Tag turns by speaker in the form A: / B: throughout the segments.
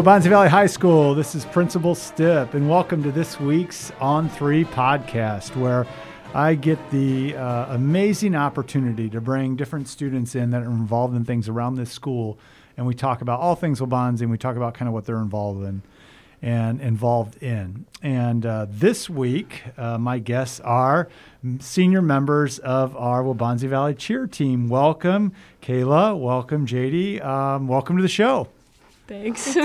A: From Bonzi Valley High School, this is Principal Stip, and welcome to this week's On Three podcast, where I get the uh, amazing opportunity to bring different students in that are involved in things around this school, and we talk about all things Wabanzi, and we talk about kind of what they're involved in and involved in. And uh, this week, uh, my guests are senior members of our Wabanzi Valley cheer team. Welcome, Kayla. Welcome, JD. Um, welcome to the show.
B: Thanks.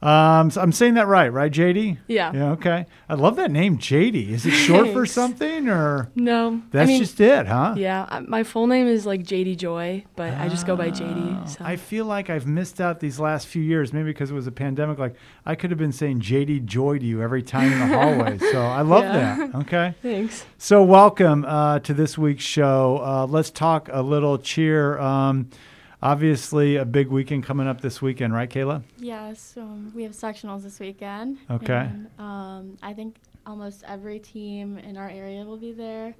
A: Um, so I'm saying that right, right, JD?
B: Yeah.
A: Yeah. Okay. I love that name, JD. Is it short for something, or
B: no,
A: that's
B: I mean,
A: just it, huh?
B: yeah. I- My full name is like JD Joy, but I just go by JD. So.
A: Ah, I feel like I've missed out these last few years, maybe because it was a pandemic. Like I could have been saying JD Joy to you every time in the hallway. So I love
B: Yeah.
A: that. Okay.
B: Thanks.
A: So, welcome uh, to this week's show. Uh, let's talk a little cheer. Um, obviously, a big weekend coming up this weekend, right, Kayla?
C: Yes, um, we have sectionals this weekend.
A: Okay.
C: and, um, I think almost every team in our area will be there,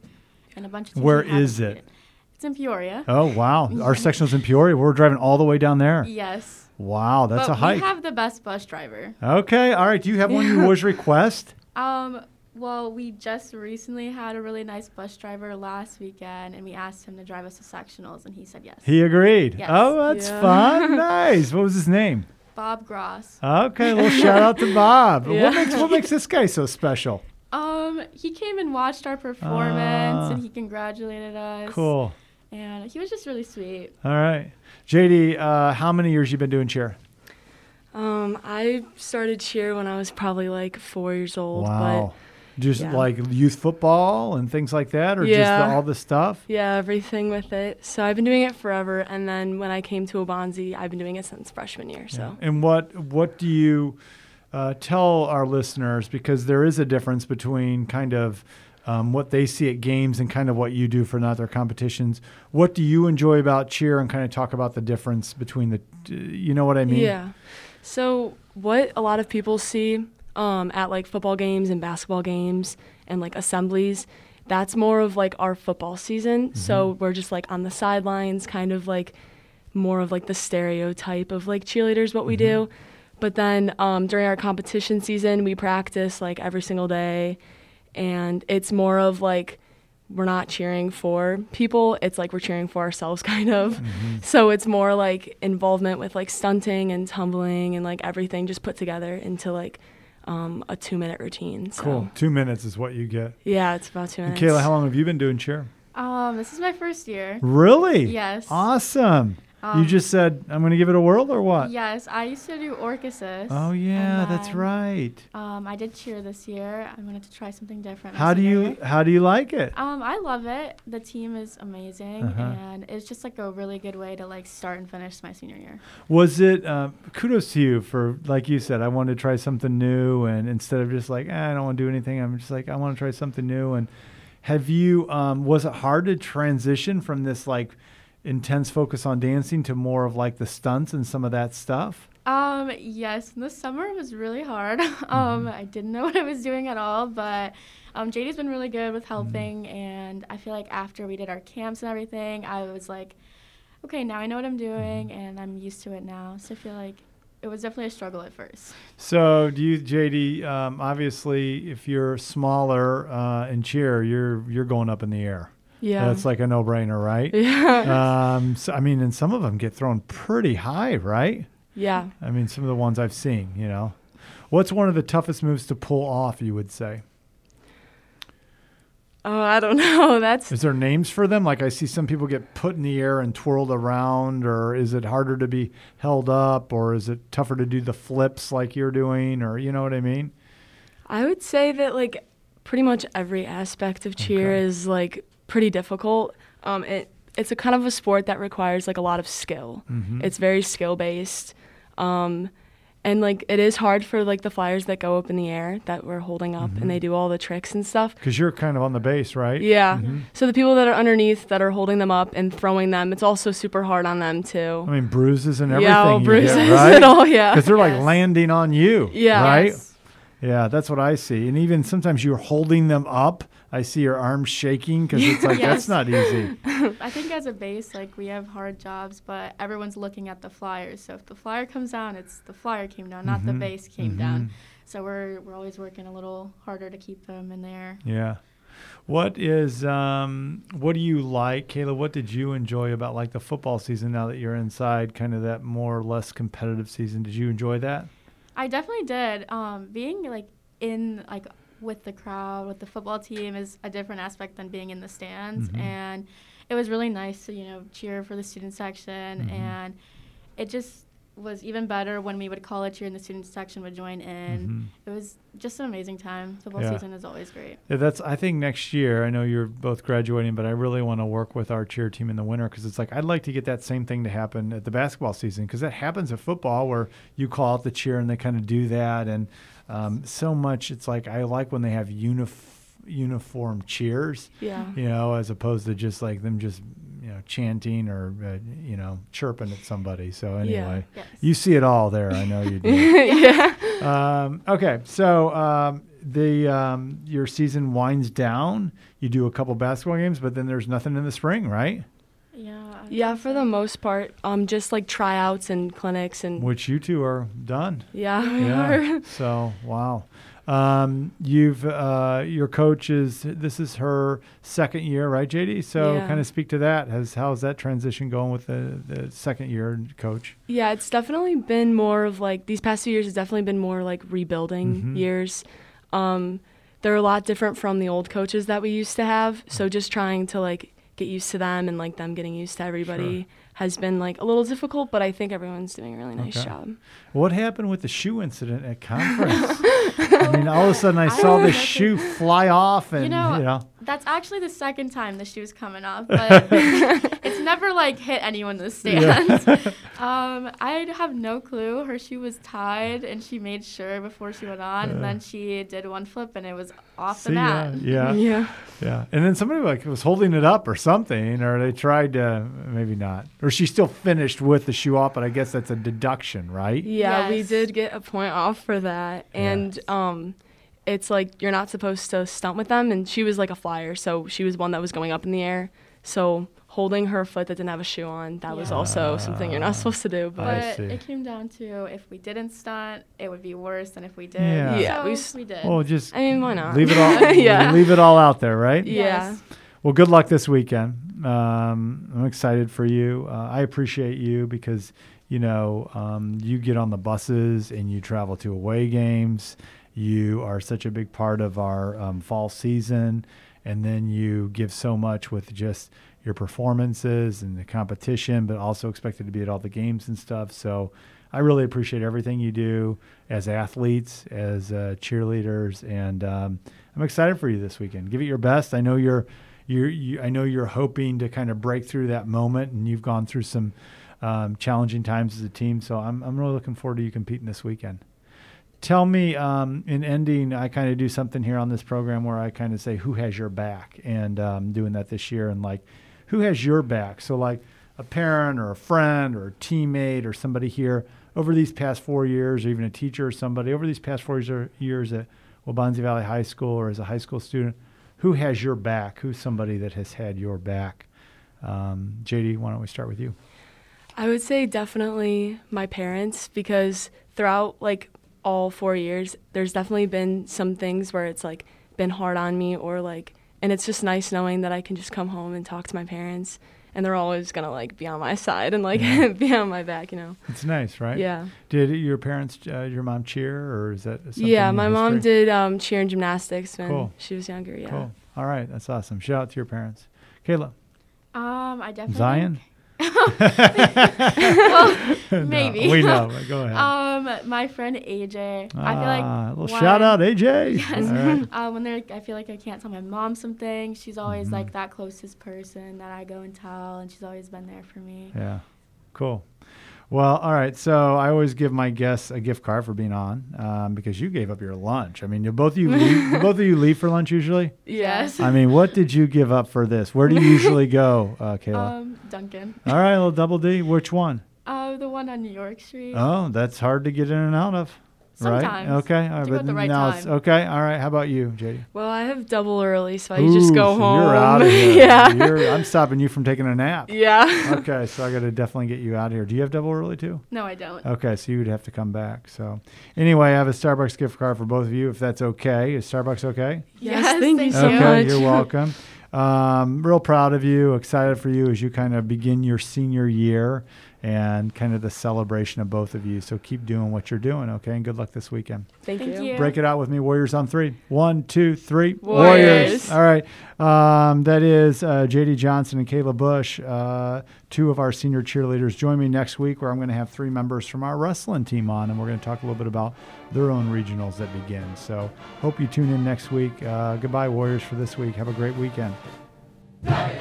C: and a bunch of. Teams
A: Where
C: that haven't
A: is
C: made
A: it?
C: It's in Peoria.
A: Oh, wow. Our section's in Peoria. We're driving all the way down there.
C: Yes.
A: Wow, that's
C: but
A: a hike.
C: We have the best bus driver.
A: okay. All right. Do you have one you always request?
C: Um, well, we just recently had a really nice bus driver last weekend, and we asked him to drive us to sectionals, and he said yes.
A: He agreed.
C: Yes.
A: Oh, that's
B: Yeah.
A: fun. Nice. What was his name?
C: Bob Gross.
A: Okay. A little shout out to Bob.
B: Yeah.
A: What, makes, what makes this guy so special?
C: Um, he came and watched our performance, and he congratulated us.
A: Ah. Cool.
C: And he was just really sweet.
A: All right. JD, uh, how many years you been doing cheer?
B: Um, I started cheer when I was probably like four years old.
A: Wow. just
B: yeah.
A: like youth football and things like that, or just
B: Yeah.
A: the, all the stuff?
B: But yeah, everything with it. So I've been doing it forever. And then when I came to Obanzi, I've been doing it since freshman year. So
A: And what what do you uh, tell our listeners? Because there is a difference between kind of um, what they see at games and kind of what you do for not their competitions. What do you enjoy about cheer, and kind of talk about the difference between the, you know what I mean?
B: Yeah. So what a lot of people see um, at like football games and basketball games and like assemblies, that's more of like our football season. So
A: Mm-hmm.
B: we're just like on the sidelines, kind of like more of like the stereotype of like cheerleaders, what we
A: Mm-hmm.
B: do. But then um, during our competition season, we practice like every single day, and it's more of like we're not cheering for people it's like we're cheering for ourselves kind of
A: Mm-hmm.
B: so it's more like involvement with like stunting and tumbling and like everything just put together into like um, a two minute routine so
A: Cool. Two minutes is what you get.
B: yeah it's about two
A: And
B: minutes
A: Kayla, how long have you been doing cheer?
C: Um, this is my first year.
A: Really?
C: Yes.
A: Awesome. you
C: Um,
A: just said I'm going to give it a whirl, or what?
C: Yes, I used to do orchises.
A: Oh yeah,
C: and
A: that's
C: then,
A: right.
C: Um, I did cheer this year. I wanted to try something different. my
A: How do
C: senior
A: you
C: year.
A: how do you like it?
C: Um, I love it. The team is amazing,
A: Uh-huh.
C: and it's just like a really good way to like start and finish my senior year.
A: Was it uh, kudos to you for like you said, I wanted to try something new, and instead of just like "Eh, I don't want to do anything, I'm just like I want to try something new. And have you um, was it hard to transition from this like intense focus on dancing to more of like the stunts and some of that stuff?
C: Um, yes, and the summer was really hard. um, I didn't know what I was doing at all, but um, JD's been really good with helping, and I feel like after we did our camps and everything, I was like, okay, now I know what I'm doing, and I'm used to it now. So I feel like it was definitely a struggle at first.
A: So, do you, JD? Um, obviously, if you're smaller uh, and cheer, you're you're going up in the air.
B: yeah
A: That's like a no-brainer, right?
B: yeah
A: um, so, I mean, and some of them get thrown pretty high, right?
B: yeah
A: I mean, some of the ones I've seen, you know. What's one of the toughest moves to pull off, you would say?
B: oh i don't know that's
A: Is there names for them? Like I see some people get put in the air and twirled around, or is it harder to be held up, or is it tougher to do the flips like you're doing, or you know what I mean?
B: I would say that like pretty much every aspect of cheer
A: Okay.
B: is like pretty difficult. Um, it it's a kind of a sport that requires like a lot of skill.
A: Mm-hmm.
B: It's very skill based, um, and like it is hard for like the flyers that go up in the air that we're holding up and
A: Mm-hmm.
B: they do all the tricks and stuff.
A: Because you're kind of on the base, right?
B: Yeah.
A: Mm-hmm.
B: So the people that are underneath that are holding them up and throwing them, it's also super hard on them
A: I
B: too.
A: mean, bruises and everything.
B: yeah, all
A: you
B: bruises
A: get, right?
B: and all. Yeah.
A: Because they're like
C: Yes.
A: landing on you.
B: Yeah.
A: Right?
C: Yes.
A: Yeah, that's what I see. And even sometimes you're holding them up. I see your arms shaking because it's like, that's
C: Yes.
A: not easy.
C: I think as a base, like we have hard jobs, but everyone's looking at the flyers. So if the flyer comes down, it's the flyer came down, not the
A: Mm-hmm.
C: base came down. So we're we're always working a little harder to keep them in there.
A: Yeah. What is, um, what do you like, Kayla? What did you enjoy about like the football season now that you're inside kind of that more or less competitive season? Did you enjoy that?
C: I definitely did. Um, being like in like with the crowd with the football team is a different aspect than being in the stands,
A: Mhm.
C: and it was really nice to you know cheer for the student section,
A: Mhm.
C: and it just was even better when we would call a cheer and the student section would join in.
A: Mhm.
C: It was just an amazing time. Football
A: Yeah.
C: season is always great.
A: Yeah, that's. I think next year. I know you're both graduating, but I really want to work with our cheer team in the winter because it's like I'd like to get that same thing to happen at the basketball season because that happens at football where you call out the cheer and they kind of do that and um, so much. It's like I like when they have unif- uniform cheers,
B: Yeah.
A: you know, as opposed to just like them just you know chanting or uh, you know chirping at somebody. So anyway,
C: Yes.
A: you see it all there. I know you do.
B: yeah.
A: Um, okay, so um, the um, your season winds down. You do a couple basketball games, but then there's nothing in the spring, right?
C: yeah. I
B: Yeah,
C: think
B: for
C: so.
B: the most part, um, just like tryouts and clinics and
A: Which you two are done.
B: yeah, we
A: Yeah.
B: are.
A: so wow, um, you've uh, your coach is this is her second year, right, JD? So
B: Yeah.
A: kind of speak to that. Has how's that transition going with the, the second year coach?
B: Yeah, it's definitely been more of like these past few years. It's definitely been more like rebuilding
A: Mhm.
B: years. Um, they're a lot different from the old coaches that we used to have.
A: Mm-hmm.
B: So just trying to like get used to them and like them getting used to everybody has been like a little difficult. But I think everyone's doing a really nice
A: Okay.
B: job.
A: What happened with the shoe incident at conference? I mean, all of a sudden I saw the
C: nothing.
A: shoe fly off, and
C: know,
A: you know.
C: That's actually the second time the shoe's coming off, but it's never like hit anyone in the stands. um, I have no clue. Her shoe was tied, and she made sure before she went on, and then she did one flip, and it was off
A: See,
C: the mat.
A: Yeah, yeah,
B: yeah.
A: yeah. And then somebody like was holding it up or something, or they tried to maybe not, or she still finished with the shoe off. But I guess that's a deduction, right?
B: Yeah, we
C: Yes.
B: did get a point off for that. And um it's like you're not supposed to stunt with them and she was like a flyer, so she was one that was going up in the air. So holding her foot that didn't have a shoe on, that was
C: Yeah.
B: also something you're
A: Ah.
B: not supposed to do. But
A: I
C: But
A: see.
C: it came down to if we didn't stunt, it would be worse than if we did.
A: Yeah. Oh,
B: Yeah,
C: So
B: we
C: we,
B: s-
C: did.
A: Well, just
B: I mean, why not?
A: leave it all.
B: Yeah.
A: leave it all out there, right?
B: yeah.
C: Yes.
A: Well, good luck this weekend. Um, I'm excited for you. Uh, I appreciate you because you know um, you get on the buses and you travel to away games. You are such a big part of our um, fall season, and then you give so much with just your performances and the competition, but also expected to be at all the games and stuff. So. I really appreciate everything you do as athletes, as uh, cheerleaders, and um, I'm excited for you this weekend. Give it your best. I know you're you're, you, I know you're hoping to kind of break through that moment, and you've gone through some um, challenging times as a team. So I'm, I'm really looking forward to you competing this weekend. Tell me, um, in ending, I kind of do something here on this program where I kind of say, "Who has your back?" and um, doing that this year, and like, who has your back? So like, a parent or a friend or a teammate or somebody here over these past four years, or even a teacher or somebody over these past four years, or years at Wabanzi Valley High School or as a high school student, who has your back? Who's somebody that has had your back? Um, JD, why don't we start with you?
B: I would say definitely my parents because throughout like all four years, there's definitely been some things where it's like been hard on me or like, and it's just nice knowing that I can just come home and talk to my parents and they're always gonna like be on my side and like
A: Yeah.
B: be on my back, you know?
A: It's nice, right?
B: Yeah.
A: Did your parents, uh, your mom cheer, or is that something
B: yeah,
A: in
B: my mom
A: history?
B: did um, cheer and gymnastics when
A: Cool.
B: she was younger. Yeah.
A: Cool. All right, that's awesome. Shout out to your parents. Kayla,
C: Um, I definitely.
A: Zion?
C: well,
A: No,
C: maybe.
A: we know. but Go ahead.
C: um, my friend AJ. I feel like
A: Ah, a little
C: one-
A: shout out, AJ.
C: Yes.
A: All right.
C: Uh, when they're, I feel like I can't tell my mom something. She's always
A: Mhm.
C: like that closest person that I go and tell, and she's always been there for me.
A: Yeah. Cool. Well, all right. So I always give my guests a gift card for being on um, because you gave up your lunch. I mean, do both of you leave, do both of you leave for lunch usually?
B: Yes.
A: I mean, what did you give up for this? Where do you usually go, uh, Kayla?
C: Um, Duncan.
A: all right, little double D. Which one?
C: Uh, the one on New York Street.
A: Oh, that's hard to get in and out of.
C: Sometimes.
A: Right? Okay. All right.
C: To go
A: But
C: at the right
A: now it's
C: time.
A: okay. All right. How about you, JD?
B: Well, I have double early, so I just go
A: Ooh, so
B: home.
A: You're out of here.
B: yeah.
A: You're- I'm stopping you from taking a nap.
B: yeah.
A: Okay, so I got to definitely get you out of here. Do you have double early too?
C: No, I don't.
A: Okay, so you would have to come back. So, anyway, I have a Starbucks gift card for both of you, if that's okay. Is Starbucks okay?
B: Yes,
C: Yes,
B: thank you
C: thank
B: so
A: okay,
B: much.
A: you're welcome. Um, real proud of you, excited for you as you kind of begin your senior year and kind of the celebration of both of you. So keep doing what you're doing, okay? And good luck this weekend.
B: Thank,
C: Thank
B: you.
C: you.
A: Break it out with me, Warriors on three. One, two, three.
B: Warriors.
A: All right. Um, that is uh, JD Johnson and Kayla Bush, uh, two of our senior cheerleaders. Join me next week where I'm going to have three members from our wrestling team on, and we're going to talk a little bit about their own regionals that begin. So hope you tune in next week. Uh, goodbye, Warriors, for this week. Have a great weekend.
D: Warriors!